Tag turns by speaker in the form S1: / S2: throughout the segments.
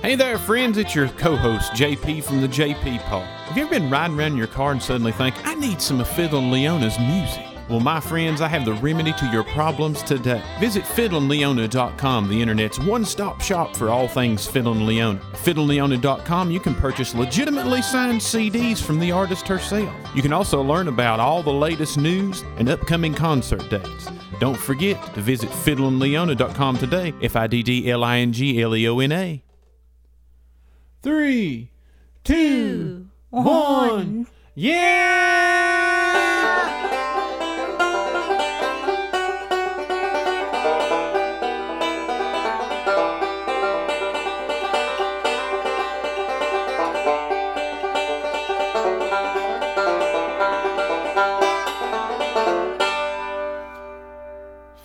S1: Hey there, friends. It's your co host, JP from the JP Pod. Have you ever been riding around in your car and suddenly think, I need some of Fiddlin' Leona's music? Well, my friends, I have the remedy to your problems today. Visit fiddlinleona.com, the internet's one stop shop for all things Fiddlin' Leona. At fiddlinleona.com, you can purchase legitimately signed CDs from the artist herself. You can also learn about all the latest news and upcoming concert dates. Don't forget to visit fiddlinleona.com today, F I D D L I N G L E O N A three, two, one. Yeah!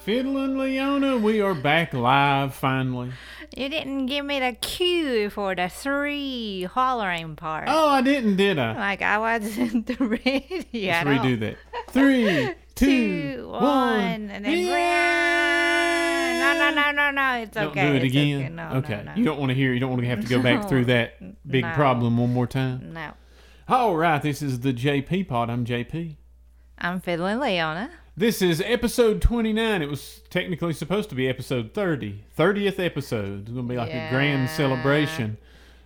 S1: Fiddlin' Leona, we are back live finally.
S2: You didn't give me the cue for the three hollering part.
S1: Oh, I didn't, did I?
S2: Like I wasn't ready.
S1: Let's
S2: at all.
S1: redo that. Three, two,
S2: Two,
S1: one,
S2: one, and then
S1: yeah.
S2: No, no, no, no, no. It's
S1: Don't
S2: okay.
S1: do it
S2: it's
S1: again.
S2: Okay. No,
S1: okay,
S2: No, no.
S1: you don't want to hear. You don't want to have to go back through that big
S2: No.
S1: problem one more time.
S2: no.
S1: All right, this is the JP Pod. I'm JP.
S2: I'm fiddling Leona.
S1: This is episode 29. It was technically supposed to be episode 30. 30th episode. It's gonna be like a grand
S2: Yeah.
S1: celebration.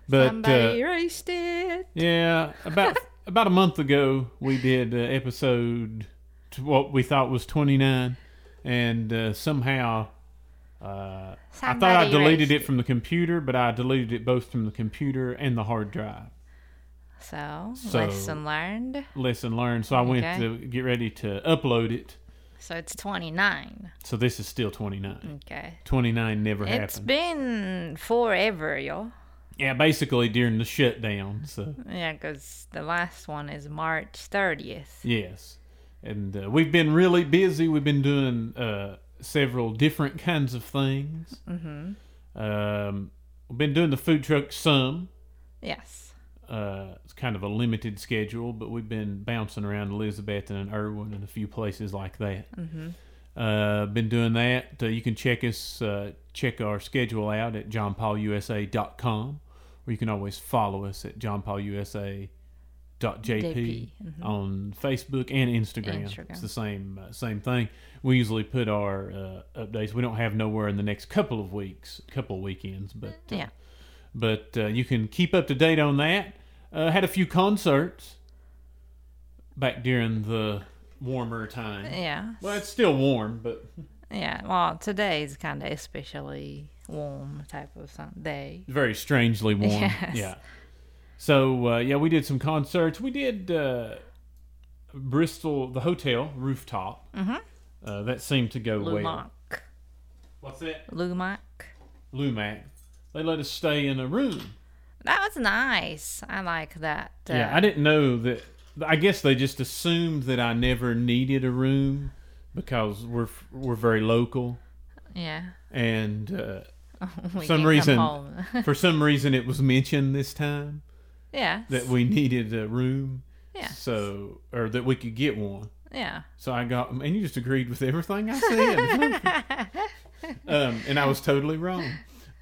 S1: But uh,
S2: Somebody erased it.
S1: Yeah, about about a month ago, we did uh, episode t- what we thought was twenty nine, and uh, somehow uh, I thought I
S2: Somebody
S1: deleted
S2: erased
S1: it from the computer, but I deleted it both from the computer and the hard drive.
S2: So,
S1: So-
S2: lesson learned.
S1: Lesson learned. So I went
S2: Okay.
S1: to get ready to upload it.
S2: So it's 29.
S1: So this is still twenty nine.
S2: Okay.
S1: Twenty nine never
S2: It's
S1: happened.
S2: been forever, y'all.
S1: yeah, basically during the shutdown. So
S2: Yeah, 'cause the last one is March 30th.
S1: Yes, and uh, we've been really busy. We've been doing uh, several different kinds of things. Mm-hmm. Um, we've been doing the food truck some.
S2: Yes.
S1: Uh, it's kind of a limited schedule, but we've been bouncing around Elizabeth and Irwin and a few places like that. Mm-hmm. Uh, been doing that. Uh, you can check us, uh, check our schedule out at johnpaulusa.com, or you can always follow us at johnpaulusa.jp
S2: JP,
S1: on Facebook and Instagram.
S2: Instagram.
S1: It's the same uh, same thing. We usually put our uh, updates. We don't have nowhere in the next couple of weeks, couple of weekends, but uh,
S2: Yeah.
S1: but uh, you can keep up to date on that. Uh, had a few concerts back during the warmer time.
S2: Yeah.
S1: Well, it's still warm, but
S2: Yeah, well, today is kind of especially warm type of sun- day.
S1: very strangely warm.
S2: Yes.
S1: Yeah. So uh, yeah, we did some concerts. We did uh, Bristol, the hotel rooftop. Mm-hmm. Uh, that seemed to go well.
S2: Lumac.
S1: What's that?
S2: Lumac.
S1: Lumac. They let us stay in a room.
S2: That was nice. I like that. Uh,
S1: Yeah, I didn't know that. I guess they just assumed that I never needed a room because we're we're very local,
S2: yeah.
S1: and uh,
S2: We
S1: some
S2: can come
S1: reason-
S2: home.
S1: for some reason it was mentioned this time
S2: yeah.
S1: that we needed a room.
S2: Yeah.
S1: So, or that we could get one.
S2: yeah.
S1: So I got, and you just agreed with everything I said, um, and I was totally wrong.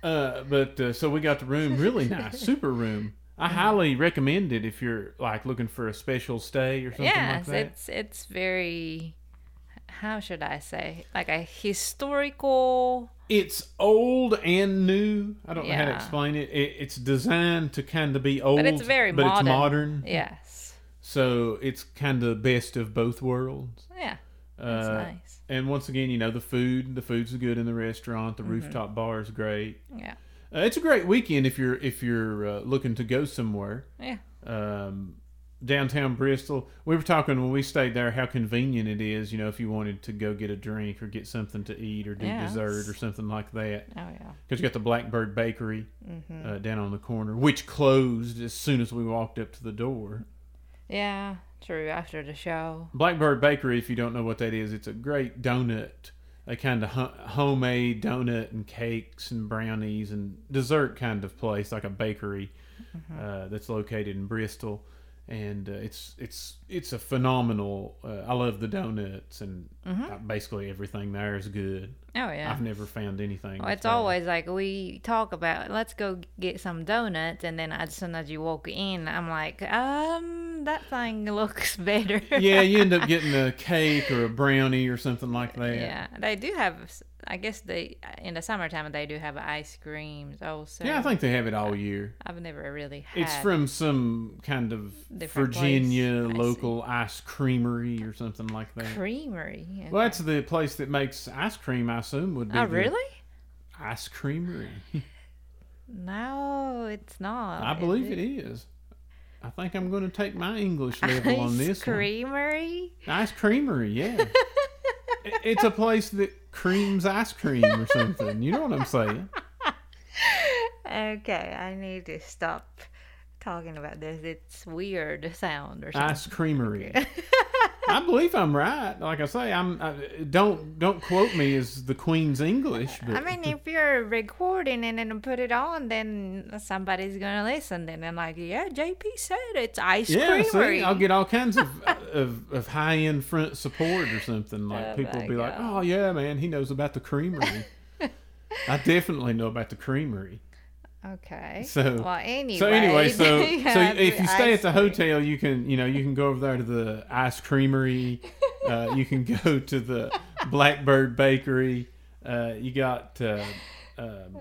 S1: Uh, but uh, so we got the room, really nice, super room. I highly recommend it if you're like looking for a special stay or something like
S2: Yes,
S1: that.
S2: it's it's very how should I say? Like a historical
S1: it's old and new. I don't know how to
S2: Yeah.
S1: explain it. it. It's designed to kind of be old,
S2: it's very
S1: but
S2: modern.
S1: it's modern.
S2: Yes.
S1: So it's kind of best of both worlds.
S2: Yeah.
S1: uh,
S2: nice.
S1: And once again, you know the food. The food's good in the restaurant. The
S2: Mm-hmm.
S1: rooftop bar is great.
S2: Yeah.
S1: Uh, it's a great weekend if you're if you're uh, looking to go somewhere.
S2: Yeah.
S1: Um, downtown Bristol. We were talking when we stayed there how convenient it is. You know, if you wanted to go get a drink or get something to eat or do
S2: Yes.
S1: dessert or something like that
S2: Oh yeah.
S1: because you got the Blackbird Bakery
S2: Mm-hmm.
S1: uh, down on the corner, which closed as soon as we walked up to the door.
S2: Yeah. True. After the show.
S1: Blackbird Bakery, if you don't know what that is, it's a great donut. They kind of hu- homemade donut and cakes and brownies
S2: Mm-hmm.
S1: and dessert kind of place, like a bakery uh, that's located in Bristol. and uh, it's it's it's a phenomenal. Uh, I love the donuts, and uh, basically everything there is good.
S2: Oh Mm-hmm. yeah.
S1: I've never found anything.
S2: Well,
S1: that's
S2: it's
S1: bad.
S2: always like we talk about let's go get some donuts and then as soon as you walk in i'm like um that thing looks better
S1: yeah, you end up getting a cake or a brownie or something like that.
S2: yeah they do have s- i guess they in the summertime they do have ice creams also
S1: Yeah, I think they have it all year.
S2: i've never really had
S1: It's from some kind of
S2: Different place.
S1: Virginia
S2: I see.
S1: local ice creamery or something like that.
S2: creamery okay.
S1: Well, that's the place that makes ice cream. I assume would be
S2: oh
S1: the
S2: really
S1: ice creamery.
S2: no it's not
S1: I believe it is. I think I'm going to take my English level on
S2: Ice
S1: this one.
S2: creamery
S1: Ice creamery, yeah. I- it's a place that creams ice cream or something. You know what I'm saying?
S2: okay i need to stop talking about this it's weird sound or something
S1: Ice creamery. I believe I'm right. Like I say, I'm. I, don't don't quote me as the Queen's English. But
S2: I mean, if you're recording and then put it on, then somebody's gonna listen. Then and like, yeah, JP said it's ice
S1: yeah,
S2: creamery.
S1: see, I'll get all kinds of uh, of, of high end front support or something. Like
S2: Oh
S1: people will
S2: my
S1: be like,
S2: God.
S1: "Oh yeah, man, he knows about the creamery." I definitely know about the creamery.
S2: okay.
S1: So-
S2: well, anyway.
S1: So anyway, so
S2: you
S1: so
S2: have
S1: if you stay
S2: ice
S1: at the
S2: cream.
S1: hotel, you can you know you can go over there to the ice creamery, uh, you can go to the Blackbird Bakery. Uh, you got uh, um,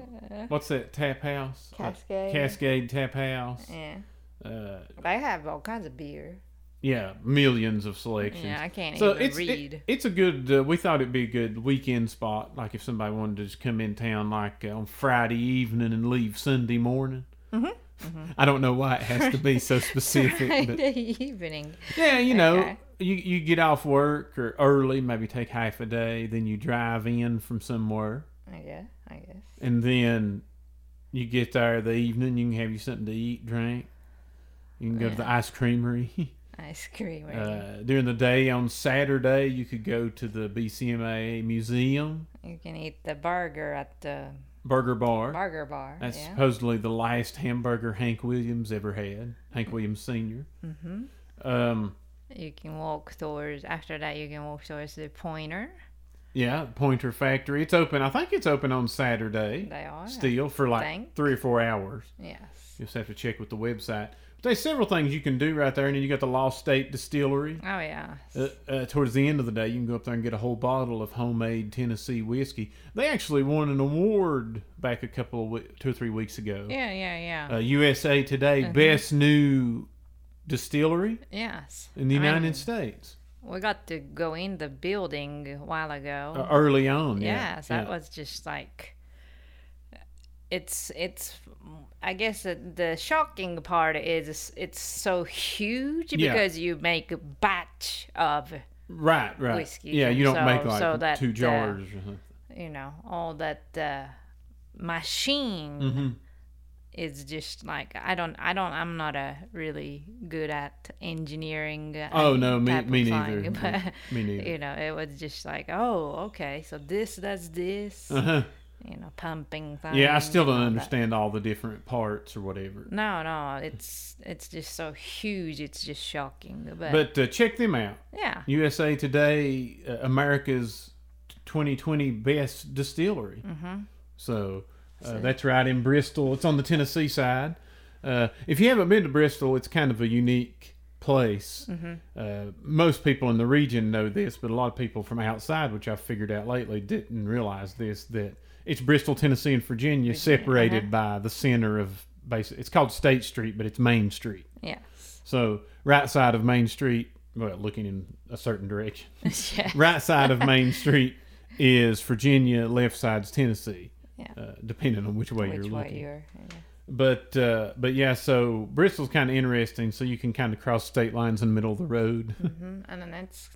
S1: what's that tap house? Uh,
S2: Cascade.
S1: Cascade Tap House.
S2: yeah,
S1: Uh,
S2: they have all kinds of beer.
S1: yeah, millions of selections.
S2: Yeah, I can't
S1: so
S2: even
S1: it's it-
S2: read.
S1: it's a good. Uh, we thought it'd be a good weekend spot. Like if somebody wanted to just come in town like uh, on Friday evening and leave Sunday morning.
S2: Mm-hmm.
S1: I don't know why it has to be so specific, but
S2: Friday evening.
S1: yeah, you know,
S2: Okay.
S1: you you get off work or early, maybe take half a day, then you drive in from somewhere,
S2: I guess. I guess.
S1: and then you get there the evening. You can have you something to eat, drink. You can go to the ice creamery.
S2: Ice creamery.
S1: Uh, during the day on Saturday, you could go to the BCMA Museum
S2: you can eat the burger at the
S1: Burger Bar.
S2: burger bar.
S1: That's
S2: yeah.
S1: supposedly the last hamburger Hank Williams ever had. Hank Williams senior Mm-hmm. Um,
S2: You can walk towards. After that, you can walk towards the pointer.
S1: yeah, Pointer Factory. It's open. I think it's open on Saturday.
S2: They are.
S1: Still for like
S2: think.
S1: three or four hours.
S2: Yes.
S1: You just have to check with the website. But there's several things you can do right there, and then you got the Lost State Distillery.
S2: Oh yeah.
S1: uh, uh, towards the end of the day, you can go up there and get a whole bottle of homemade Tennessee whiskey. They actually won an award back a couple of we- two or three weeks ago.
S2: Yeah, Uh-huh. yeah, yeah.
S1: Uh, USA Today best new distillery
S2: yes.
S1: in the
S2: I mean,
S1: United States.
S2: we got to go in the building a while ago.
S1: Uh, early on, yeah,
S2: yes, that
S1: yeah.
S2: was just like it's it's I guess the- the shocking part is it's so huge
S1: Yeah.
S2: because you make a batch of
S1: right, right.
S2: whiskey,
S1: yeah, you don't
S2: so-
S1: make like
S2: so that,
S1: two
S2: uh,
S1: jars. uh-huh. or something.
S2: you know all that uh, machine
S1: Mm-hmm.
S2: is just like I don't I don't I'm not a really good at engineering. uh,
S1: Oh no, me,
S2: type of
S1: me
S2: thing,
S1: neither.
S2: but-
S1: me neither.
S2: you know it was just like oh okay so this does this
S1: Uh-huh.
S2: you know pumping thing
S1: Yeah, I still don't
S2: and all that.
S1: understand all the different parts or whatever.
S2: no no it's it's just so huge it's just shocking but,
S1: But uh, check them out.
S2: yeah
S1: USA Today, uh, America's 2020 best distillery. Mm-hmm. So uh, that's right in Bristol. It's on the Tennessee side. Uh, if you haven't been to Bristol, it's kind of a unique place. Uh, most people in the region know this, but a lot of people from outside, which I've figured out lately, didn't realize this that it's Bristol, Tennessee, and Virginia, uh-huh. separated by the center of basic. It's called State Street, but it's Main Street.
S2: yes
S1: So right side of Main Street, well, looking in a certain direction.
S2: yeah
S1: right side of Main Street is Virginia. Left side's Tennessee.
S2: Yeah.
S1: Uh, depending on which way
S2: which
S1: you're
S2: way
S1: looking.
S2: you're yeah.
S1: But uh, but yeah, so Bristol's kind of interesting. So you can kind of cross state lines in the middle of the road.
S2: Mhm. and then it's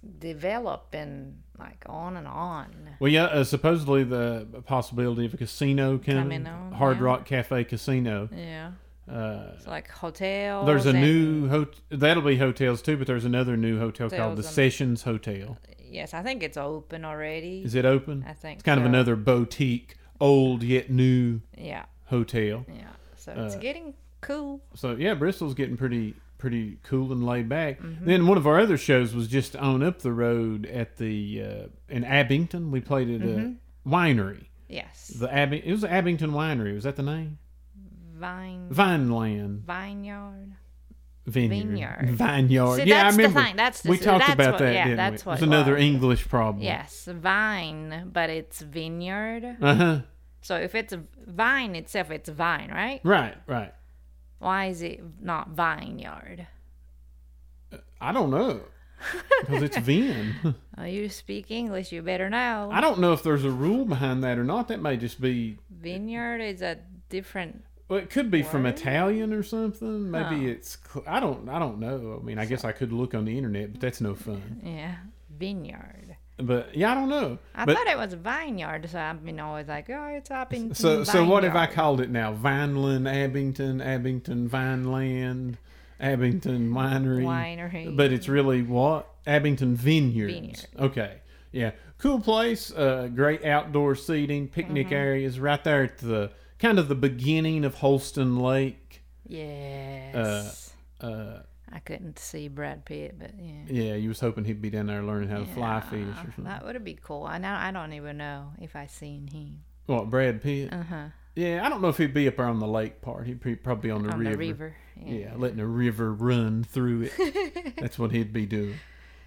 S2: developing like on and on
S1: well, yeah, uh, supposedly the possibility of a casino coming,
S2: Coming on,
S1: Hard
S2: yeah.
S1: Rock Cafe Casino.
S2: yeah
S1: Uh,
S2: it's like hotels
S1: there's a
S2: and-
S1: new hotel. That'll be hotels too, but there's another new hotel called the
S2: Hotels and- Uh,
S1: Sessions Hotel.
S2: yes i think it's open already
S1: Is it open?
S2: i think
S1: It's kind of
S2: so.
S1: another boutique, old yet new
S2: yeah
S1: hotel. Uh,
S2: yeah so it's getting cool
S1: So yeah, Bristol's getting pretty pretty cool and laid back.
S2: Mm-hmm.
S1: Then one of our other shows was just on up the road at the uh, in Abington. We played at
S2: Mm-hmm.
S1: a winery.
S2: Yes.
S1: The Abing- it was the Abington Winery. Was that the name?
S2: Vine
S1: Vineland
S2: vineyard.
S1: Vineyard.
S2: Vineyard.
S1: Vineyard.
S2: See,
S1: Oh, yeah,
S2: that's
S1: I
S2: the
S1: remember.
S2: thing, that's the-
S1: we talked
S2: that's
S1: about
S2: what-
S1: that.
S2: yeah,
S1: didn't
S2: that's
S1: we?
S2: what
S1: It's
S2: it
S1: another
S2: was.
S1: English problem.
S2: Yes, vine, but it's vineyard.
S1: Uh huh.
S2: So if it's a vine itself, it's vine, right?
S1: Right. Right.
S2: Why is it not vineyard?
S1: I don't know because it's Vin.
S2: Oh, you speak English, you better know.
S1: I don't know if there's a rule behind that or not. That may just be.
S2: Vineyard is a different.
S1: Well, it could be from
S2: Word?
S1: Italian or something. Maybe
S2: Oh.
S1: it's. cl- I don't. I don't know. I mean, I guess I could look on the internet, but that's no fun.
S2: Yeah, vineyard.
S1: But yeah, I don't know.
S2: I
S1: but
S2: thought it was vineyard, so I've been always like, oh, it's up in.
S1: so so what have I
S2: vineyard.
S1: called it now? Vineland, Abington, Abington, Vineland, Abington Winery.
S2: Winery.
S1: But it's really what Abington Vineyards.
S2: Vineyard.
S1: Okay, yeah, cool place. Uh, great outdoor seating, picnic
S2: Mm-hmm.
S1: areas, right there at the kind of the beginning of Holston Lake.
S2: Yes.
S1: Uh,
S2: I couldn't see Brad Pitt, but yeah.
S1: yeah, you was hoping he'd be down there learning how to fly fish or something.
S2: That would be cool. I know. I don't even know if I seen him.
S1: What Brad Pitt?
S2: Uh huh.
S1: Yeah, I don't know if he'd be up there on the lake part. He'd be probably on the
S2: On
S1: river.
S2: the river. Yeah.
S1: Yeah, letting a river run through it. That's what he'd be doing.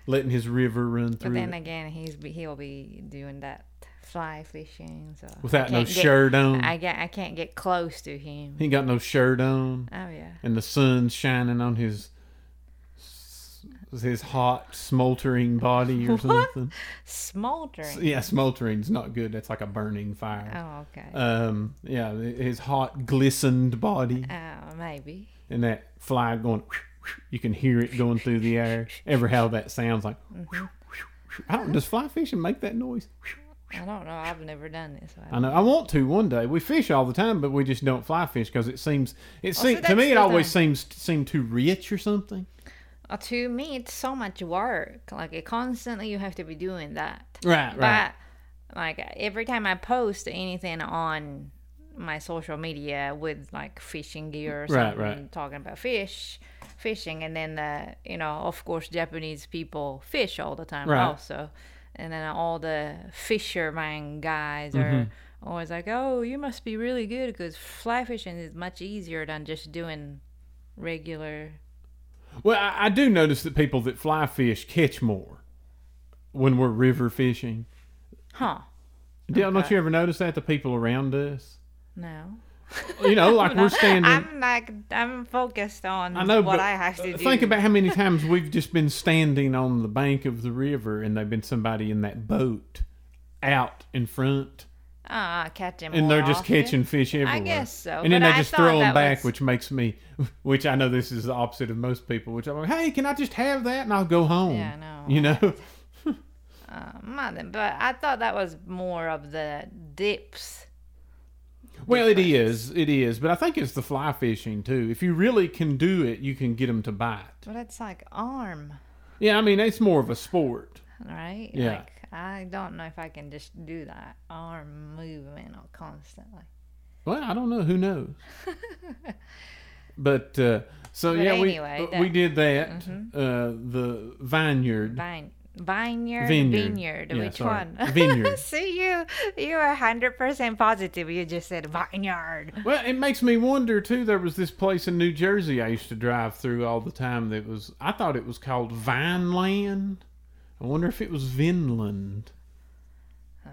S1: Letting his river run
S2: But
S1: through
S2: then
S1: it
S2: again, he's be, he'll be doing that fly fishing. So I
S1: without no
S2: can't get-
S1: shirt on.
S2: I get. I can't get close to him.
S1: He ain't got no shirt on.
S2: Oh yeah.
S1: and the sun's shining on his his hot smoldering body or something.
S2: Smoldering.
S1: Yeah, smoldering's not good. That's like a burning fire.
S2: Oh okay.
S1: Um, yeah, his hot glistened body
S2: oh maybe.
S1: and that fly going. You can hear it going through the air. Ever how that sounds like?
S2: Mm-hmm.
S1: I don't. Does fly fishing make that noise?
S2: I don't know. I've never done this. so I
S1: I know. I want to one day. We fish all the time, but we just don't fly fish because it seems it
S2: see,
S1: seems to
S2: Oh, that's
S1: me it
S2: the
S1: always seems seem too rich or something.
S2: Uh, to me, it's so much work. Like it constantly, you have to be doing that.
S1: Right, right.
S2: But like every time I post anything on my social media with like fishing gear or
S1: Right,
S2: something,
S1: right.
S2: talking about fish, fishing, and then uh, you know, of course, Japanese people fish all the time
S1: Right.
S2: also, and then all the fisherman guys are.
S1: Mm-hmm.
S2: Always like, oh, you must be really good because fly fishing is much easier than just doing regular
S1: Well, I, I do notice that people that fly fish catch more when we're river fishing.
S2: Huh.
S1: Do- Don't you ever notice that the people around us?
S2: No.
S1: You know, like we're standing.
S2: I'm like I'm focused on
S1: I know,
S2: what
S1: but
S2: I have to
S1: uh,
S2: do.
S1: think about how many times we've just been standing on the bank of the river and they've been somebody in that boat out in front,
S2: Ah, catching.
S1: and they're
S2: more
S1: just
S2: often.
S1: catching fish everywhere.
S2: guess so,
S1: And then
S2: but
S1: they
S2: I
S1: just
S2: thought
S1: throw them
S2: that
S1: back,
S2: was-
S1: which makes me, which I know this is the opposite of most people. Which I'm like, hey, can I just have that and I'll go home?
S2: Yeah, I know.
S1: You know.
S2: Uh, mother, but I thought that was more of the dips.
S1: Well, it is, it is, but I think it's the fly fishing too. If you really can do it, you can get them to bite.
S2: But it's like arm,
S1: Yeah, I mean it's more of a sport.
S2: right?
S1: Yeah.
S2: Like I don't know if I can just do that arm movement constantly.
S1: Well, I don't know. Who knows? but uh, so yeah,
S2: anyway,
S1: we we
S2: that- Mm-hmm.
S1: did that. Uh, the vineyard.
S2: Vine, vineyard,
S1: Vineyard.
S2: vineyard.
S1: Yeah,
S2: Which
S1: sorry.
S2: one?
S1: Vineyard.
S2: See you. You are hundred percent positive. You just said vineyard.
S1: Well, it makes me wonder too. There was this place in New Jersey I used to drive through all the time. That was I thought it was called Vineland. I wonder if it was Vinland.
S2: Oh,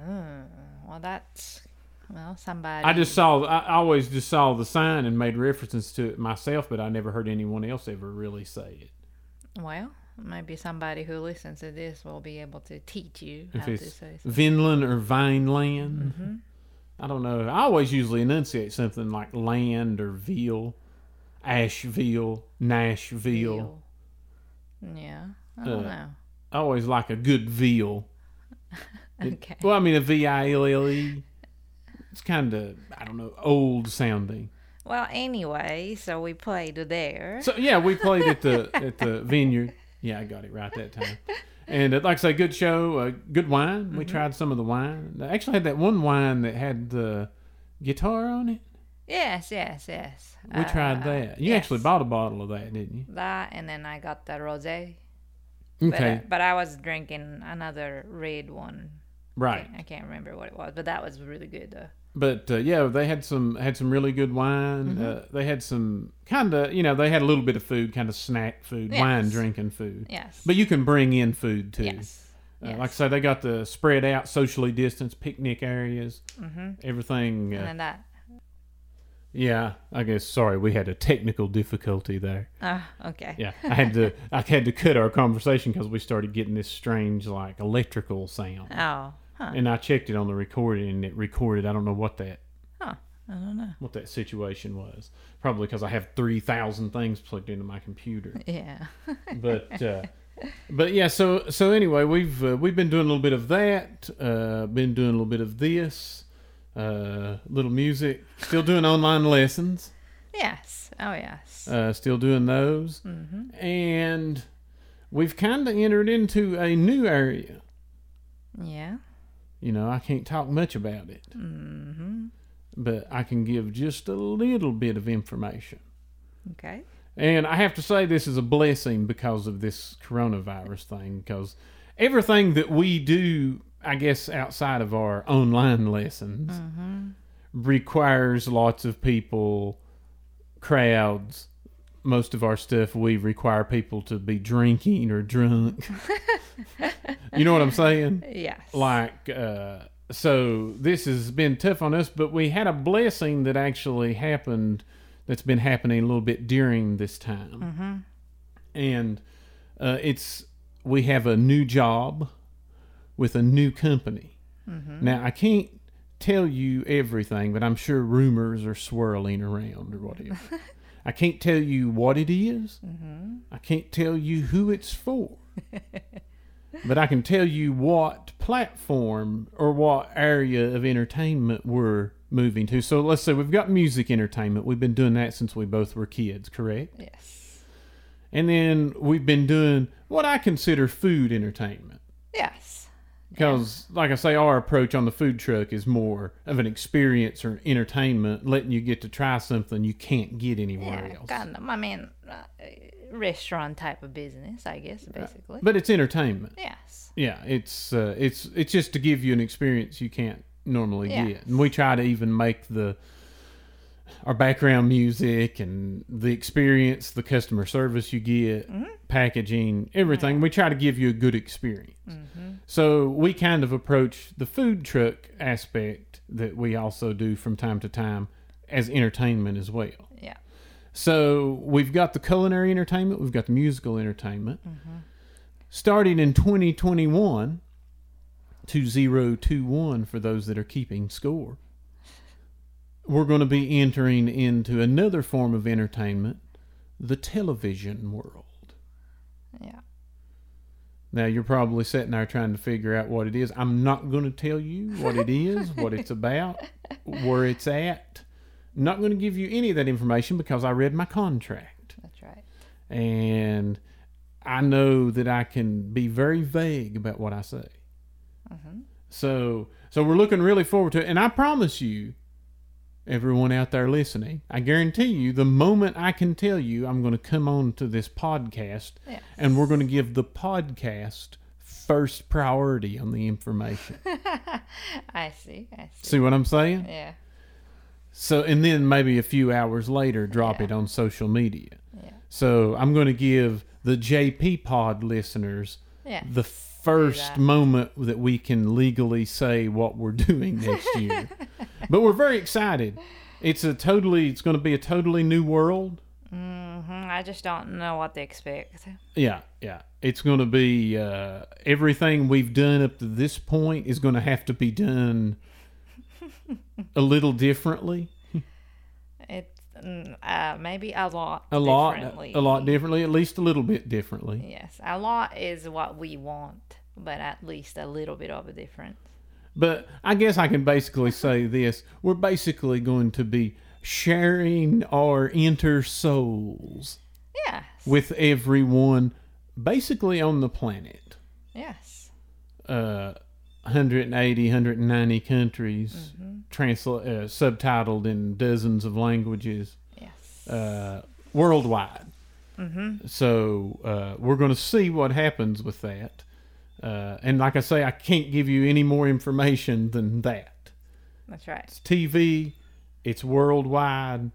S2: well, that's well, somebody.
S1: I just saw. I I always just saw the sign and made references to it myself, but I never heard anyone else ever really say it.
S2: well, maybe somebody who listens to this will be able to teach you
S1: If
S2: how to
S1: it's
S2: say. Mm-hmm.
S1: Vinland or Vineland, I don't know. I always usually enunciate something like land or veal, Asheville, Nashville.
S2: veal. Yeah, I don't
S1: Uh, I always like a good veal.
S2: know. Okay.
S1: Well, I mean a V I L L E. It's kind of I don't know old sounding.
S2: Well, anyway, so we played there.
S1: So yeah, we played at the at the vineyard. Yeah, I got it right that time. And uh, like I say, good show, uh, good wine.
S2: Mm-hmm.
S1: We tried some of the wine. I actually had that one wine that had the guitar on it.
S2: Yes, yes, yes.
S1: We tried that. You actually
S2: Ah, yes.
S1: bought a bottle of that, didn't you?
S2: That, and then I got the rosé. But, uh,
S1: Okay,
S2: but I was drinking another red one.
S1: right.
S2: I can't remember what it was, but that was really good though.
S1: But uh, yeah, they had some had some really good wine.
S2: Mm-hmm.
S1: Uh, they had some kind of you know they had a little bit of food, kind of snack food, wine
S2: Yes.
S1: drinking food.
S2: Yes.
S1: But you can bring in food too.
S2: yes.
S1: Uh,
S2: yes.
S1: Like I say, they got the spread out, socially distanced picnic areas. Mm-hmm. Everything.
S2: and
S1: Uh,
S2: then that.
S1: yeah, I guess. Sorry, we had a technical difficulty there.
S2: Ah, okay.
S1: Yeah, I had to I had to cut our conversation because we started getting this strange like electrical sound,
S2: Oh, huh.
S1: and I checked it on the recording, and it recorded. I don't know what that
S2: Huh. I don't know.
S1: what that situation was. Probably because I have three thousand things plugged into my computer.
S2: Yeah.
S1: But uh, but yeah, so so anyway, we've uh, we've been doing a little bit of that. Uh, been doing a little bit of this. Uh, little music. Still doing online lessons.
S2: yes. Oh, yes.
S1: Uh, still doing those. Mm-hmm. And we've kind of entered into a new area.
S2: yeah.
S1: You know, I can't talk much about it. Mm-hmm. But I can give just a little bit of information.
S2: Okay.
S1: And I have to say, this is a blessing because of this coronavirus thing, because everything that we do, I guess, outside of our online lessons requires lots of people, crowds. Most of our stuff, we require people to be drinking or drunk. you know what I'm saying?
S2: Yes.
S1: like uh so this has been tough on us but we had a blessing that actually happened that's been happening a little bit during this time mm-hmm. and uh, it's we have a new job with a new company now i can't tell you everything but i'm sure rumors are swirling around or whatever i can't tell you what it is. i can't tell you who it's for but I can tell you what platform or what area of entertainment we're moving to. So let's say we've got music entertainment. We've been doing that since we both were kids, correct?
S2: yes.
S1: And then we've been doing what I consider food entertainment.
S2: Yes.
S1: Because, like I say, our approach on the food truck is more of an experience or entertainment, letting you get to try something you can't get anywhere
S2: Yeah.
S1: else.
S2: Kind of. I mean, uh, restaurant type of business, I guess, basically.
S1: But it's entertainment.
S2: yes.
S1: Yeah, it's uh, it's it's just to give you an experience you can't normally
S2: Yeah.
S1: get, and we try to even make the our background music and the experience, the customer service you get, packaging, everything. We try to give you a good experience. So we kind of approach the food truck aspect that we also do from time to time as entertainment as well.
S2: Yeah.
S1: So we've got the culinary entertainment, we've got the musical entertainment. Starting in 2021, 2021 for those that are keeping score, we're going to be entering into another form of entertainment, the television world.
S2: Yeah.
S1: Now you're probably sitting there trying to figure out what it is. I'm not going to tell you what it is, what it's about, where it's at. Not going to give you any of that information because I read my contract
S2: That's right.
S1: and I know that I can be very vague about what I say. So, so we're looking really forward to it, and I promise you, everyone out there listening, I guarantee you, the moment I can tell you, I'm going to come on to this podcast,
S2: Yes.
S1: and we're going to give the podcast first priority on the information.
S2: I see. I see.
S1: See what I'm saying?
S2: Yeah.
S1: So, and then maybe a few hours later, drop it on social media.
S2: Yeah.
S1: So, I'm going to give the JP Pod listeners
S2: Yeah.
S1: the first
S2: that.
S1: moment that we can legally say what we're doing next year. but we're very excited. It's a totally, it's going to be a totally new world.
S2: Mm, I just don't know what to expect.
S1: Yeah, yeah. It's going to be uh, everything we've done up to this point is going to have to be done a little differently.
S2: It's mm, uh, maybe a lot.
S1: a lot uh,
S2: differently.
S1: a lot differently at least a little bit differently
S2: Yes, a lot is what we want, but at least a little bit of a difference.
S1: but i guess i can basically say this we're basically going to be sharing our inner souls
S2: Yes.
S1: with everyone basically on the planet
S2: yes.
S1: uh 180, 190 countries, transla- uh, subtitled in dozens of languages
S2: Yes.
S1: uh, worldwide. So uh, we're going to see what happens with that. Uh, and like I say, I can't give you any more information than that.
S2: That's right.
S1: It's TV, it's worldwide.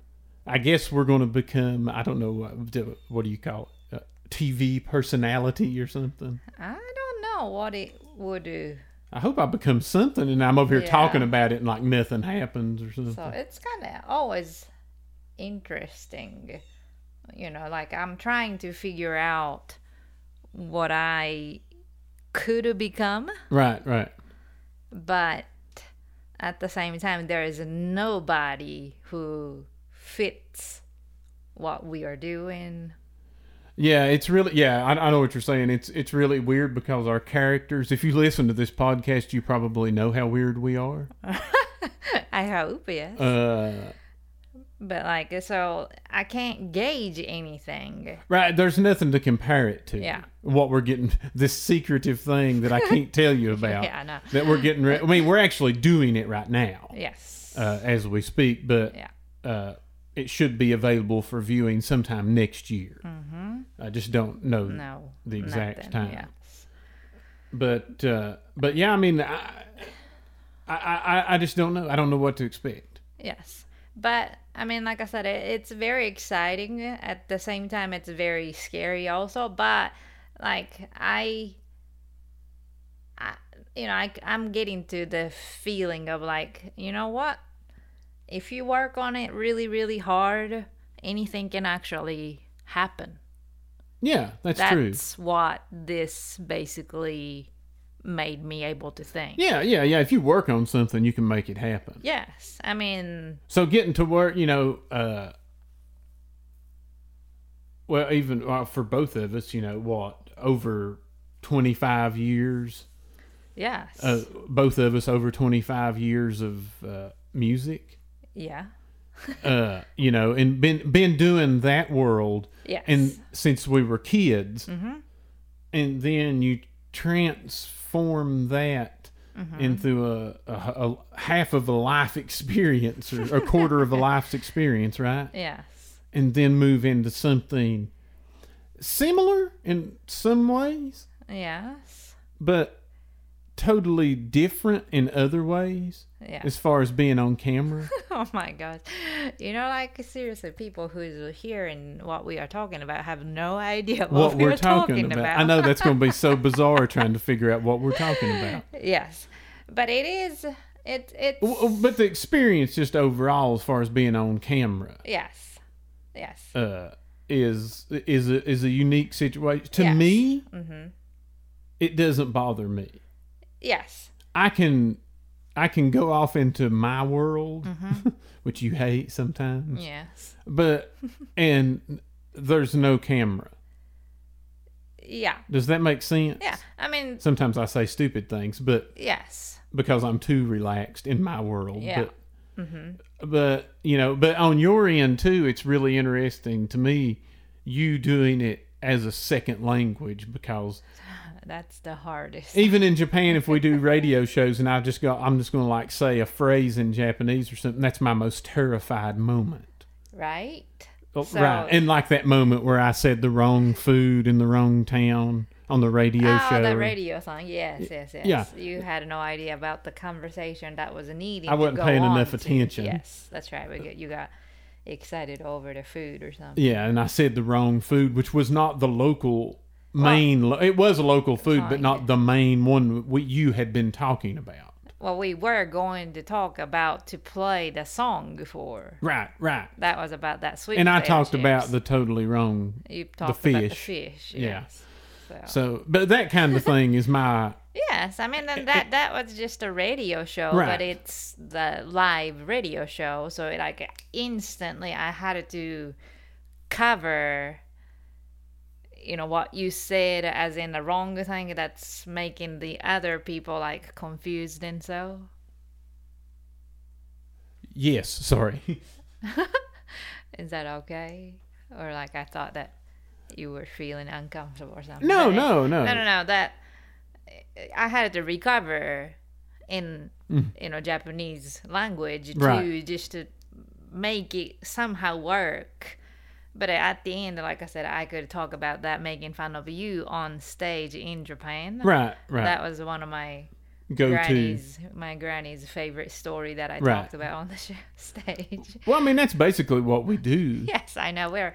S1: I guess we're going to become, I don't know, what, do- what do you call it? Uh, TV personality or something.
S2: I don't know what it would do.
S1: I hope I become something and I'm over here
S2: Yeah.
S1: talking about it and like nothing happens or something.
S2: So it's kind of always interesting. You know, like I'm trying to figure out what I could have become,
S1: right, right.
S2: but at the same time, there is nobody who fits what we are doing.
S1: Yeah, it's really yeah. I, I know what you're saying. It's it's really weird because our characters. If you listen to this podcast, you probably know how weird we are.
S2: I hope, yes.
S1: Uh,
S2: but like, so I can't gauge anything.
S1: right? There's nothing to compare it to.
S2: Yeah.
S1: What we're getting this secretive thing that I can't tell you about.
S2: Yeah, I know.
S1: That we're getting. Re- I mean, we're actually doing it right now
S2: Yes.
S1: uh, as we speak, but
S2: yeah.
S1: uh, it should be available for viewing sometime next year. Mm-hmm. I just don't know
S2: Mm. No.
S1: the exact
S2: nothing,
S1: time.
S2: Yes.
S1: but uh, but yeah, I mean, I, I I I just don't know. I don't know what to expect.
S2: Yes. But I mean, like I said, it, it's very exciting. At the same time, it's very scary also. But like I, I you know, I, I'm getting to the feeling of like, you know what? If you work on it really, really hard, anything can actually happen.
S1: Yeah, that's, true.
S2: That's what this basically made me able to think.
S1: Yeah, yeah, yeah. If you work on something, you can make it happen.
S2: Yes. I mean,
S1: So getting to work, you know, uh, well, even uh, for both of us, you know, what over twenty five years,
S2: yes.
S1: uh, both of us over twenty five years of uh, music.
S2: yeah.
S1: uh, you know, and been been doing that world,
S2: Yes.
S1: and since we were kids,
S2: Mm-hmm.
S1: and then you transform that
S2: Mm-hmm.
S1: into a, a, a half of a life experience or a quarter of a life's experience, right?
S2: Yes.
S1: And then move into something similar in some ways,
S2: Yes.
S1: but totally different in other ways.
S2: Yeah.
S1: As far as being on camera,
S2: Oh my gosh. You know, like seriously, people who's hearing what we are talking about have no idea what,
S1: what
S2: we
S1: we're
S2: are
S1: talking, about. I know that's going to be so bizarre trying to figure out what we're talking about.
S2: Yes, but it is. It it's
S1: W- w- But the experience, just overall, as far as being on camera,
S2: yes, yes,
S1: uh, is is a, is a unique situation. To
S2: Yes. Mm-hmm.
S1: me, it doesn't bother me.
S2: yes.
S1: I can I can go off into my world,
S2: Mm-hmm.
S1: which you hate sometimes,
S2: Yes.
S1: but and there's no camera.
S2: Yeah.
S1: Does that make sense?
S2: Yeah. I mean,
S1: Sometimes I say stupid things, but
S2: yes.
S1: because I'm too relaxed in my world.
S2: Yeah. Mm-hmm.
S1: But, but you know, but on your end too, it's really interesting to me you doing it as a second language because
S2: That's the hardest.
S1: even in Japan, if we do radio shows and I just go, I'm just going to like say a phrase in Japanese or something. That's my most terrified moment.
S2: Right?
S1: Oh,
S2: So-
S1: right, and like that moment where I said the wrong food in the wrong town on the radio
S2: Oh,
S1: show.
S2: the radio song. Yes, yes, yes.
S1: yeah.
S2: You had no idea about the conversation that was needing.
S1: I wasn't
S2: to go
S1: paying
S2: on
S1: enough
S2: to.
S1: attention.
S2: Yes, that's right. We get, you got excited over the food or something.
S1: Yeah, and I said the wrong food, which was not the local main. lo- it was a local food, but not the main one we, you had been talking about.
S2: Well, we were going to talk about to play the song for.
S1: Right, right.
S2: That was about that sweet.
S1: And I
S2: potato
S1: talked
S2: chips.
S1: about the totally wrong.
S2: you talked about the
S1: fish.
S2: fish.
S1: Yeah.
S2: Yes. So.
S1: So, but that kind of thing is my
S2: yes, I mean then that that was just a radio show,
S1: Right.
S2: but it's the live radio show, so it, like instantly I had to cover you know what you said as in the wrong thing that's making the other people like confused and so
S1: yes. Sorry.
S2: is that okay or like i thought that you were feeling uncomfortable or something
S1: No,
S2: But it-
S1: no, no.
S2: no no no that i had to recover in you know Japanese language to
S1: Hmm. Right.
S2: just to make it somehow work. But at the end, like I said, I could talk about that making fun of you on stage in Japan.
S1: Right, right.
S2: That was one of my
S1: Go to.
S2: granny's my granny's favorite story that I
S1: Right.
S2: talked about on the show, stage.
S1: Well, I mean, that's basically what we do.
S2: yes, I know we're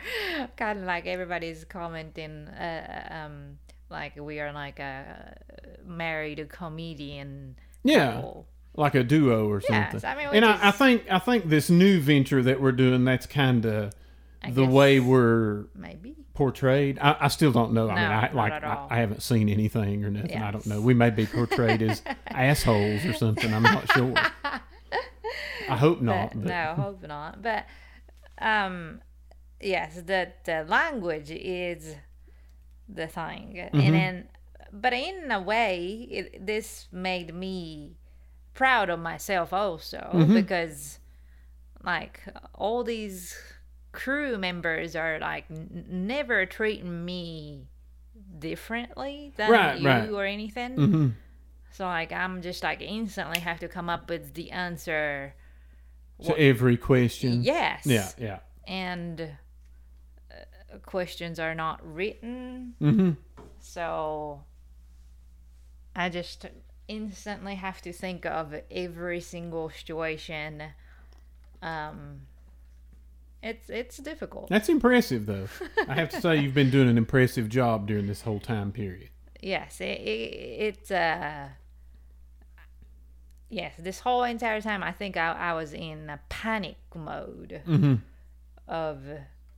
S2: kind of like everybody's commenting, uh, um, like we are like a uh, married comedian.
S1: Yeah.
S2: couple.
S1: Like a duo or
S2: Yes,
S1: something.
S2: I mean, we
S1: and I, I
S2: just-
S1: think I think this new venture that we're doing, that's kind of
S2: I
S1: the
S2: guess
S1: way we're
S2: maybe.
S1: portrayed. I, I still don't know. I mean,
S2: No,
S1: I
S2: not
S1: like
S2: at
S1: I,
S2: all.
S1: I haven't seen anything or nothing. I don't
S2: Yes.
S1: know. We may be portrayed as assholes or something. I'm not sure. I hope not.
S2: But,
S1: But,
S2: no, hope not. But um, yes, the the language is the thing,
S1: Mm-hmm.
S2: and then, but in a way, it, this made me proud of myself also
S1: Mm-hmm.
S2: because, like, all these crew members are like n- never treating me differently than
S1: Right,
S2: you
S1: right.
S2: or anything.
S1: Mhm.
S2: So like, I'm just like instantly have to come up with the answer.
S1: So every question.
S2: Yes.
S1: Mm. Yeah. Yeah.
S2: And uh, questions are not written.
S1: hmm
S2: So I just instantly have to think of every single situation. Um, it's it's difficult.
S1: That's impressive, though. I have to say, you've been doing an impressive job during this whole time period.
S2: Yes, it, it, it's uh yes, this whole entire time I think I, I was in a panic mode
S1: Mm-hmm.
S2: of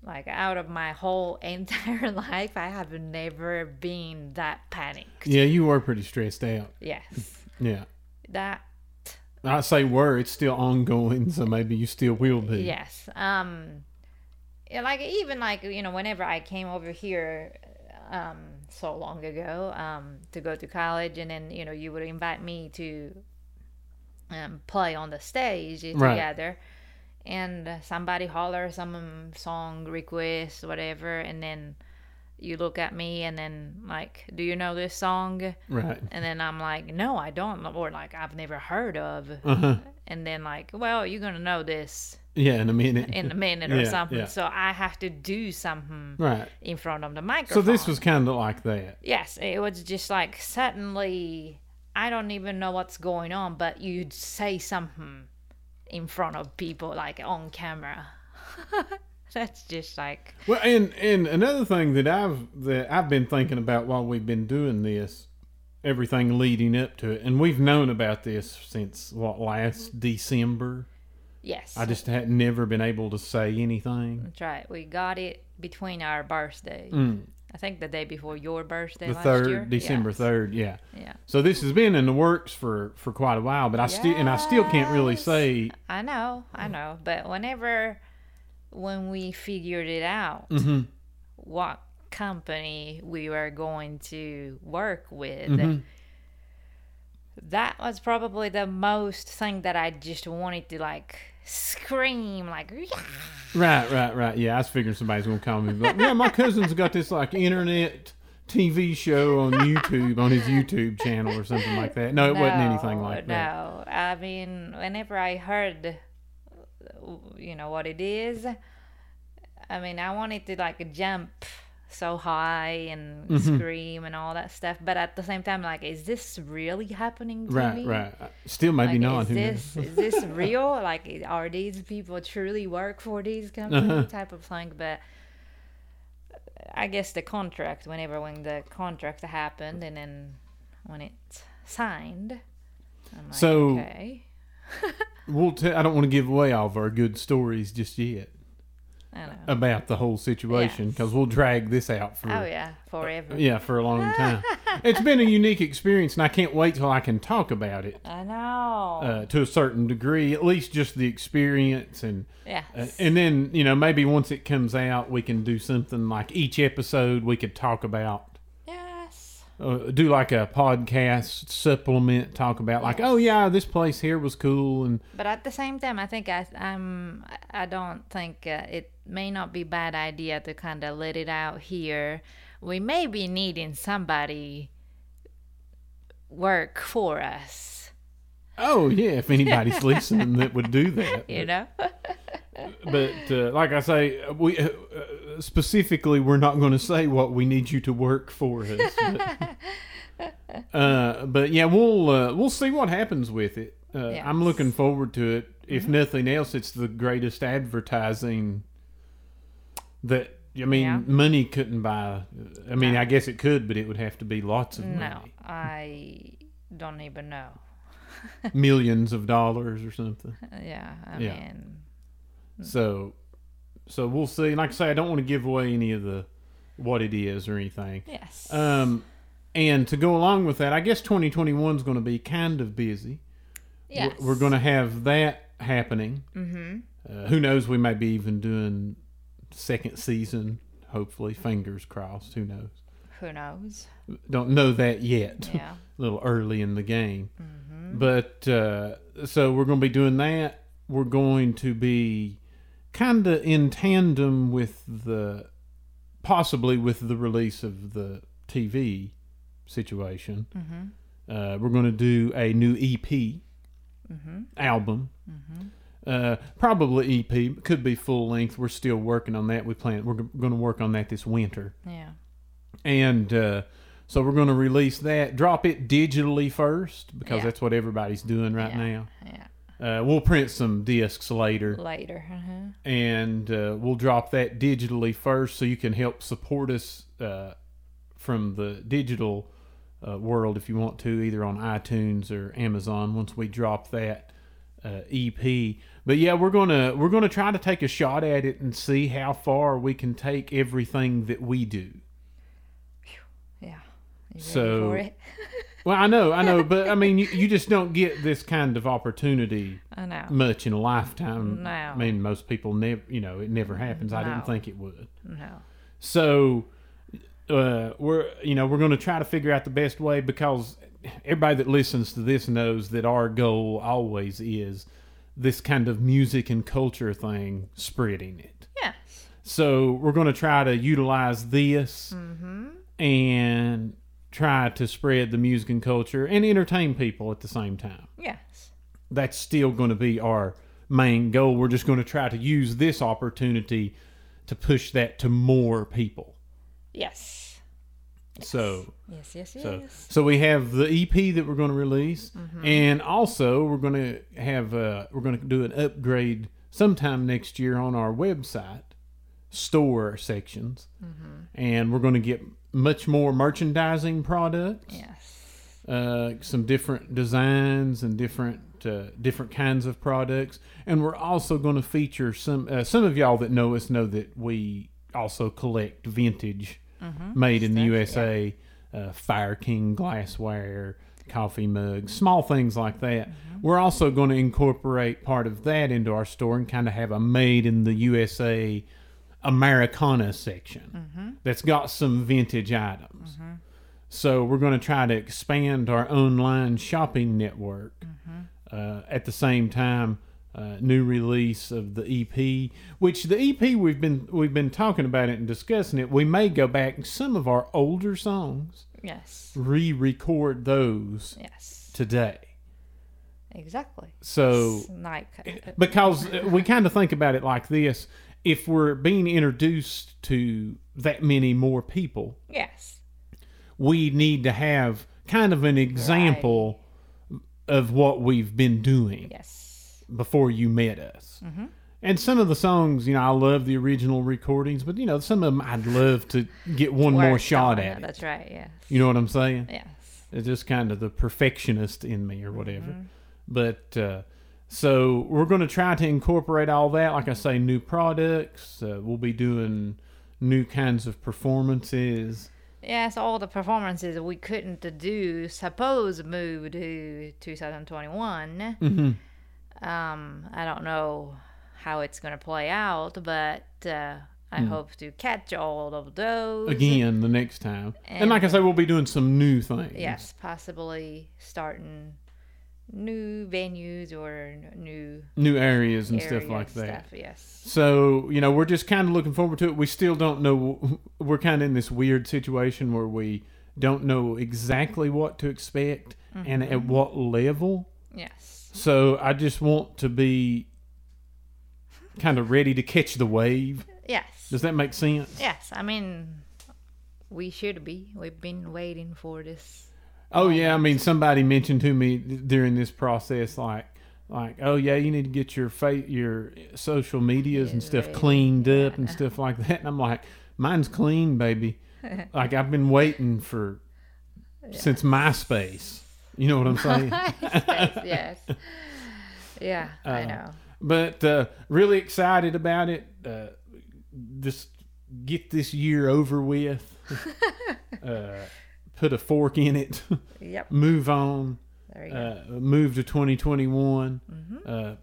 S2: like out of my whole entire life I have never been that panicked.
S1: Yeah, you were pretty stressed out.
S2: Yes.
S1: Yeah.
S2: That
S1: I say were, it's still ongoing, so maybe you still will be.
S2: yes. Um yeah, like even like you know whenever I came over here um so long ago um to go to college and then you know you would invite me to um, play on the stage
S1: Right.
S2: together and uh, somebody holler some um, song request whatever and then you look at me and then like do you know this song
S1: Right.
S2: and then i'm like no i don't or like i've never heard of
S1: Uh huh.
S2: and then like well you're gonna know this
S1: Yeah, in a minute.
S2: in a minute or
S1: Yeah,
S2: something
S1: yeah.
S2: so i have to do something
S1: right.
S2: in front of the
S1: So
S2: microphone
S1: this was kind of like that.
S2: yes it was just like suddenly i don't even know what's going on but you'd say something in front of people like on camera that's just like
S1: Well, and and another thing that I've that I've been thinking about while we've been doing this, everything leading up to it, and we've known about this since what
S2: Mm-hmm.
S1: last December.
S2: yes
S1: I just had never been able to say anything.
S2: that's right we got it between our birthdays i think the day before your birthday
S1: Mm. The
S2: last year.
S1: third December
S2: Yes.
S1: third, yeah.
S2: yeah
S1: So this has been in the works for for quite a while, but I still and I still can't really
S2: Yes.
S1: say.
S2: I know, I know. But whenever, when we figured it out,
S1: Mhm.
S2: what company we were going to work with, that was probably the most thing that I just wanted to like scream, like, yeah.
S1: Right, right, right. Yeah, I was figuring somebody's gonna call me. But yeah, my cousin's got this like internet TV show on YouTube on his YouTube channel or something like that. No, it wasn't anything
S2: No,
S1: like that.
S2: No, I mean, whenever I heard, you know what it is, I mean, I wanted to like jump so high and
S1: Mm-hmm.
S2: scream and all that stuff, but at the same time, like, is this really happening to
S1: Right,
S2: me?
S1: right. Still, maybe
S2: Like,
S1: not.
S2: is
S1: Who knows?
S2: this is this real? Like, i- are these people truly work for these companies?
S1: Uh-huh.
S2: Type of thing, but. uh, I guess the contract, whenever when the contract happened, and then when it's signed, I'm like,
S1: So-
S2: okay,
S1: We'll. T- I don't want to give away all of our good stories just yet
S2: I
S1: uh,
S2: know.
S1: about the whole situation
S2: Yes.
S1: because we'll drag this out for.
S2: Oh yeah, forever.
S1: uh, Yeah, for a long time. it's been a unique experience, and I can't wait till I can talk about it
S2: I know.
S1: uh, to a certain degree, at least just the experience, and
S2: yes.
S1: uh, and then you know maybe once it comes out, we can do something like each episode we could talk about,
S2: yes.
S1: uh, do like a podcast supplement, talk about like oh yeah, this place here was cool, and
S2: But at the same time, I think I I'm I don't think uh, it may not be bad idea to kind of let it out here. We may be needing somebody work for us
S1: Oh yeah, if anybody's listening that would do that,
S2: you know?
S1: but uh, like I say, we uh, uh, specifically we're not going to say what we need you to work for us. But, uh, but yeah, we'll uh, we'll see what happens with it. Uh,
S2: Yeah.
S1: I'm looking forward to it. If
S2: Mm-hmm.
S1: nothing else, it's the greatest advertising that I mean,
S2: Yeah.
S1: money couldn't buy. I mean, I guess it could, but it would have to be lots of
S2: no,
S1: money,
S2: I don't even know.
S1: millions of dollars or something.
S2: Yeah, I
S1: Yeah.
S2: mean,
S1: So, so we'll see. Like I say, I don't want to give away any of the what it is or anything.
S2: yes.
S1: Um, and to go along with that, I guess 2021 is going to be kind of busy. We're-
S2: yes.
S1: We're going to have that happening.
S2: Mm-hmm.
S1: Uh, who knows? We may be even doing second season. Hopefully, fingers crossed. Who knows?
S2: Who knows?
S1: Don't know that yet.
S2: Yeah.
S1: a little early in the game. But uh, so we're going to be doing that. We're going to be kind of in tandem with the possibly with the release of the TV situation. Uh, we're going to do a new EP album. Uh, probably EP could be full length. We're still working on that. We plan we're going to work on that this winter
S2: Yeah.
S1: and uh, so we're going to release that drop it digitally first because
S2: Yeah.
S1: that's what everybody's doing right
S2: Yeah. Yeah.
S1: now uh, we'll print some discs later
S2: Later. Uh-huh.
S1: and uh, we'll drop that digitally first so you can help support us uh, from the digital uh, world if you want to either on itunes or amazon once we drop that uh, ep but yeah we're gonna we're gonna try to take a shot at it and see how far we can take everything that we do
S2: Yeah. You ready
S1: So-
S2: for it?
S1: Well, I know, I know, but I mean, you, you just don't get this kind of opportunity
S2: I know.
S1: much in a lifetime.
S2: No.
S1: I mean, most people never, you know, it never happens. I
S2: No.
S1: didn't think it would.
S2: No.
S1: So, uh, we're, you know, we're going to try to figure out the best way because everybody that listens to this knows that our goal always is this kind of music and culture thing, spreading it.
S2: Yes.
S1: So we're going to try to utilize this and try to spread the music and culture and entertain people at the same time.
S2: Yes.
S1: That's still going to be our main goal. We're just going to try to use this opportunity to push that to more people.
S2: Yes.
S1: So,
S2: Yes, yes, yes.
S1: so, so we have the EP that we're going to release, and also we're going to have uh, we're going to do an upgrade sometime next year on our website store sections, and we're going to get much more merchandising products,
S2: yes.
S1: uh, some different designs and different. Uh, different kinds of products, and we're also going to feature some. Uh, some of y'all that know us know that we also collect vintage made in the USA, uh, Fire King glassware, coffee mugs, small things like that. We're also going to incorporate part of that into our store and kind of have a made in the USA Americana section that's got some vintage items. So we're going to try to expand our online shopping network uh, at the same time uh, new release of the EP which the EP we've been we've been talking about it and discussing it we may go back and some of our older songs
S2: Yes.
S1: re-record those
S2: Yes.
S1: today
S2: Exactly.
S1: so eh,
S2: Like uh,
S1: because we kind of think about it like this if we're being introduced to that many more people
S2: yes.
S1: we need to have kind of an example of what we've been doing
S2: Yes.
S1: before you met us.
S2: Mm-hmm.
S1: And some of the songs, you know, I love the original recordings, but you know, some of them I'd love to get one more
S2: Worked
S1: shot
S2: on
S1: at it.
S2: That's right. Yes.
S1: You know what I'm saying?
S2: Yes.
S1: It's just kind of the perfectionist in me or whatever.
S2: Mm-hmm.
S1: But uh, so we're going to try to incorporate all that. Like I say, new products. Uh, we'll be doing new kinds of performances.
S2: Yes, all the performances we couldn't do suppose move to 2021.
S1: Mm-hmm.
S2: Um, I don't know how it's going to play out, but uh, I hope to catch all of those.
S1: Hmm. Again, the next time. And, like I say, we'll be doing some new things.
S2: Yes, possibly starting new venues or n- new
S1: New areas and
S2: area
S1: stuff like that.
S2: Stuff, yes.
S1: So, you know, we're just kind of looking forward to it. We still don't know. We're kind of in this weird situation Mm-hmm. where we don't know exactly what to expect and at what level.
S2: Yes.
S1: So I just want to be kind of ready to catch the wave.
S2: Yes.
S1: Does that make sense?
S2: Yes. I mean, we should be. We've been waiting for this.
S1: Oh yeah, I mean somebody mentioned to me th- during this process like like oh yeah, you need to get your fa- your social medias and stuff cleaned up and stuff like that. And I'm like, mine's clean, baby. like I've been waiting for since MySpace. You know what I'm saying?
S2: yes. Yeah,
S1: Uh,
S2: I know.
S1: but uh, really excited about it. Uh, just get this year over with. uh, put a fork in it.
S2: Yep.
S1: move on.
S2: There you go.
S1: Uh, move to 2021.
S2: Mm-hmm.
S1: Uh,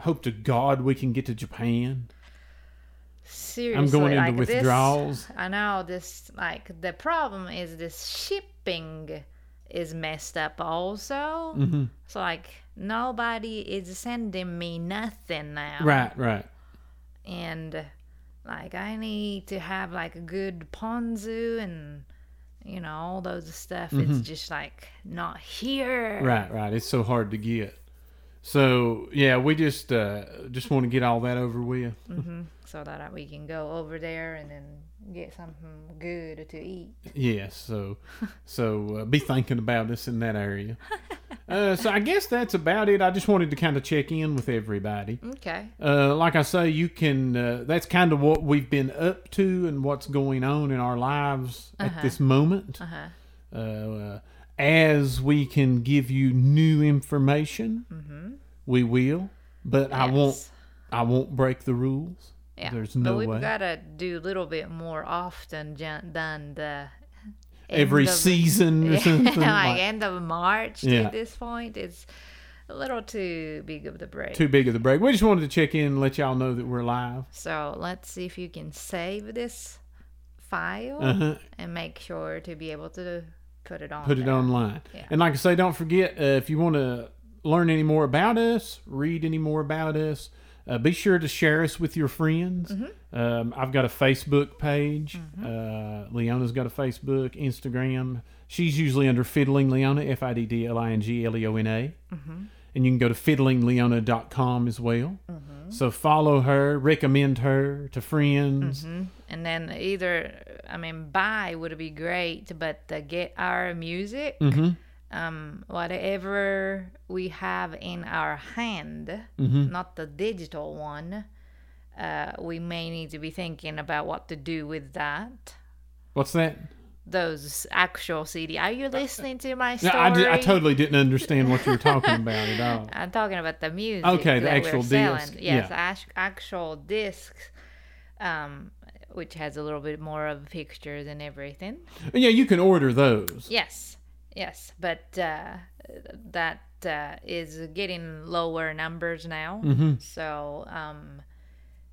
S1: hope to God we can get to Japan.
S2: Seriously,
S1: I'm going into
S2: like this-
S1: withdrawals.
S2: I know this. Like the problem is this shipping is messed up also.
S1: Mhm.
S2: So like nobody is sending me nothing now.
S1: Right, right.
S2: and like I need to have like a good ponzu and you know all those stuff. It's just like not here.
S1: Mm-hmm. Right, right. It's so hard to get. So yeah, we just uh, just want to get all that over with.
S2: hmm So that we can go over there and then get something good to eat.
S1: Yeah, so so uh, be thinking about us in that area. Uh, so I guess that's about it. I just wanted to kind of check in with everybody.
S2: Okay.
S1: Uh, like I say, you can. Uh, that's kind of what we've been up to and what's going on in our lives at this moment.
S2: Uh huh.
S1: Uh, uh, as we can give you new information,
S2: Mm-hmm.
S1: we will. But I won't. I won't break the rules.
S2: Yeah.
S1: There's no
S2: but we've
S1: way.
S2: gotta do a little bit more often jan- than the end
S1: Every
S2: of-
S1: season or
S2: like,
S1: something. like,
S2: end of March
S1: Yeah.
S2: to this point. It's a little too big of the break.
S1: too big of the break. We just wanted to check in and let y'all know that we're live.
S2: So let's see if you can save this file
S1: Uh-huh.
S2: and make sure to be able to put it on.
S1: put it
S2: there.
S1: online. And like I say, don't forget uh, if you want to learn any more about us, read any more about us, uh, be sure to share us with your friends. Um, I've got a Facebook page. Uh, Leona's got a Facebook, Instagram. She's usually under Fiddling Leona, F I D D L I N G L E O N A. And you can go to fiddlingleona.com as well. So follow her, recommend her to friends.
S2: And then either, I mean, buy would be great, but the get our music,
S1: Mm-hmm.
S2: um, whatever we have in our hand,
S1: Mm-hmm.
S2: not the digital one, uh, we may need to be thinking about what to do with that.
S1: What's that?
S2: Those actual CD. Are you listening to my
S1: Uh, No,
S2: story?
S1: I, di- I totally didn't understand what you were talking about at all.
S2: I'm talking about the music.
S1: Okay, the
S2: that
S1: actual
S2: we're selling.
S1: disc, yeah.
S2: Yes, act- actual discs, um, which has a little bit more of pictures and everything.
S1: Yeah, you can order those.
S2: Yes, yes, but uh, that uh, is getting lower numbers now.
S1: Mm-hmm.
S2: So um,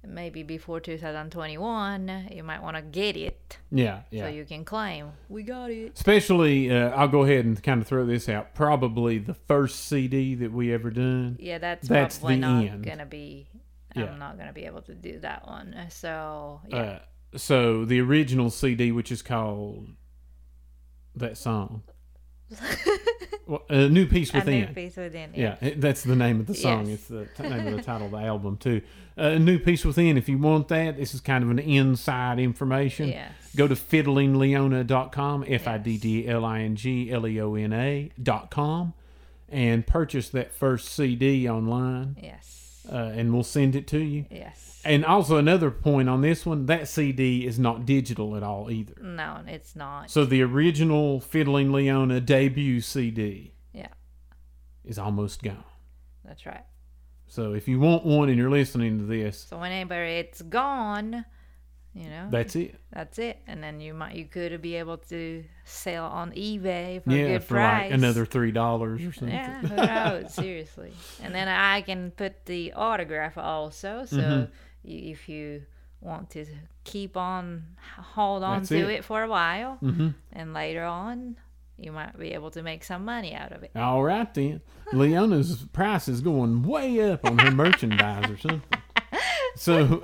S2: maybe before 2021, you might want to get it
S1: Yeah, yeah.
S2: so you can claim we got it.
S1: Especially, uh, I'll go ahead and kind of throw this out. Probably the first CD that we ever done.
S2: Yeah, that's,
S1: That's
S2: probably
S1: the
S2: not
S1: end.
S2: gonna be.
S1: Yeah.
S2: I'm not gonna be able to do that one. So yeah.
S1: Uh, so the original CD, which is called that song, well, a new piece
S2: A new
S1: within.
S2: piece within.
S1: Yeah, it- that's the name of the song.
S2: Yes.
S1: It's the t- name of the title of the album too. Uh, a new piece within. If you want that, this is kind of an inside information.
S2: Yes.
S1: Go to fiddlingleona.com, f i d d l i n g l e o n a dot com, and purchase that first CD online,
S2: Yes.
S1: uh, and we'll send it to you.
S2: Yes.
S1: And also another point on this one: that CD is not digital at all either.
S2: No, it's not.
S1: So the original Fiddling Leona debut CD
S2: yeah,
S1: is almost gone.
S2: that's right.
S1: So if you want one and you're listening to this,
S2: So whenever it's gone, you know,
S1: that's it.
S2: that's it. And then you might you could be able to sell on eBay for a
S1: Yeah,
S2: good
S1: for
S2: price.
S1: like another three dollars or something.
S2: Yeah, who knows? Seriously. And then I can put the autograph also. So
S1: Mm-hmm.
S2: you, if you want to keep on, hold on
S1: That's
S2: to
S1: it. Mm-hmm.
S2: it. for a while, and later on, you might be able to make some money out of it.
S1: All right then, Leona's price is going way up on her merchandise or something. So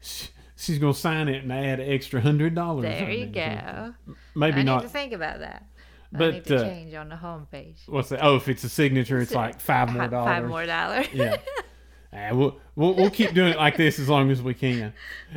S1: sh- she's gonna sign it and add an extra hundred dollars.
S2: There you go.
S1: Maybe
S2: I need
S1: not.
S2: to think about that. I need
S1: But
S2: to
S1: uh,
S2: change on the homepage.
S1: what's that? Oh, if it's a signature, it's
S2: Si-
S1: like five more
S2: Fi-
S1: dollars.
S2: Five more dollars.
S1: yeah. Ah, we'll, we'll we'll keep doing it like this as long as we can,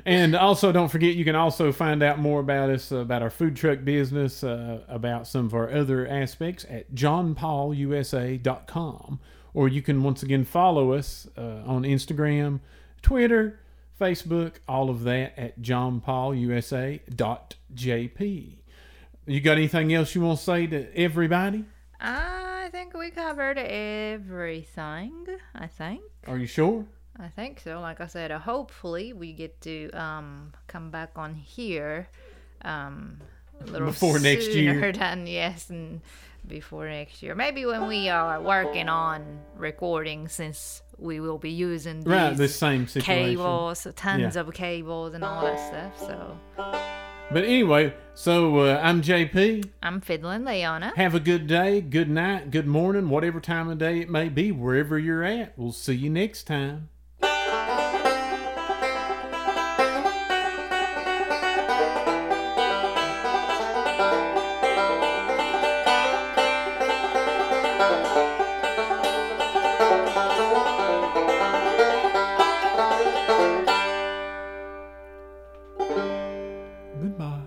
S1: and also don't forget you can also find out more about us uh, about our food truck business, uh, about some of our other aspects at johnpaulusa.com, or you can once again follow us uh, on Instagram, Twitter, Facebook, all of that at johnpaulusa.jp. You got anything else you want to say to everybody?
S2: I think we covered everything. I think.
S1: Are you sure?
S2: I think so. Like I said, uh, hopefully we get to um come back on here um a little
S1: Before next year.
S2: sooner than yes and before next year. Maybe when we are working on recording since we will be using these
S1: Right, this same situation.
S2: cables, tons of cables and all that stuff. So
S1: But anyway, so uh, I'm JP.
S2: I'm fiddling Leona.
S1: Have a good day, good night, good morning, whatever time of day it may be, wherever you're at. We'll see you next time. Goodbye.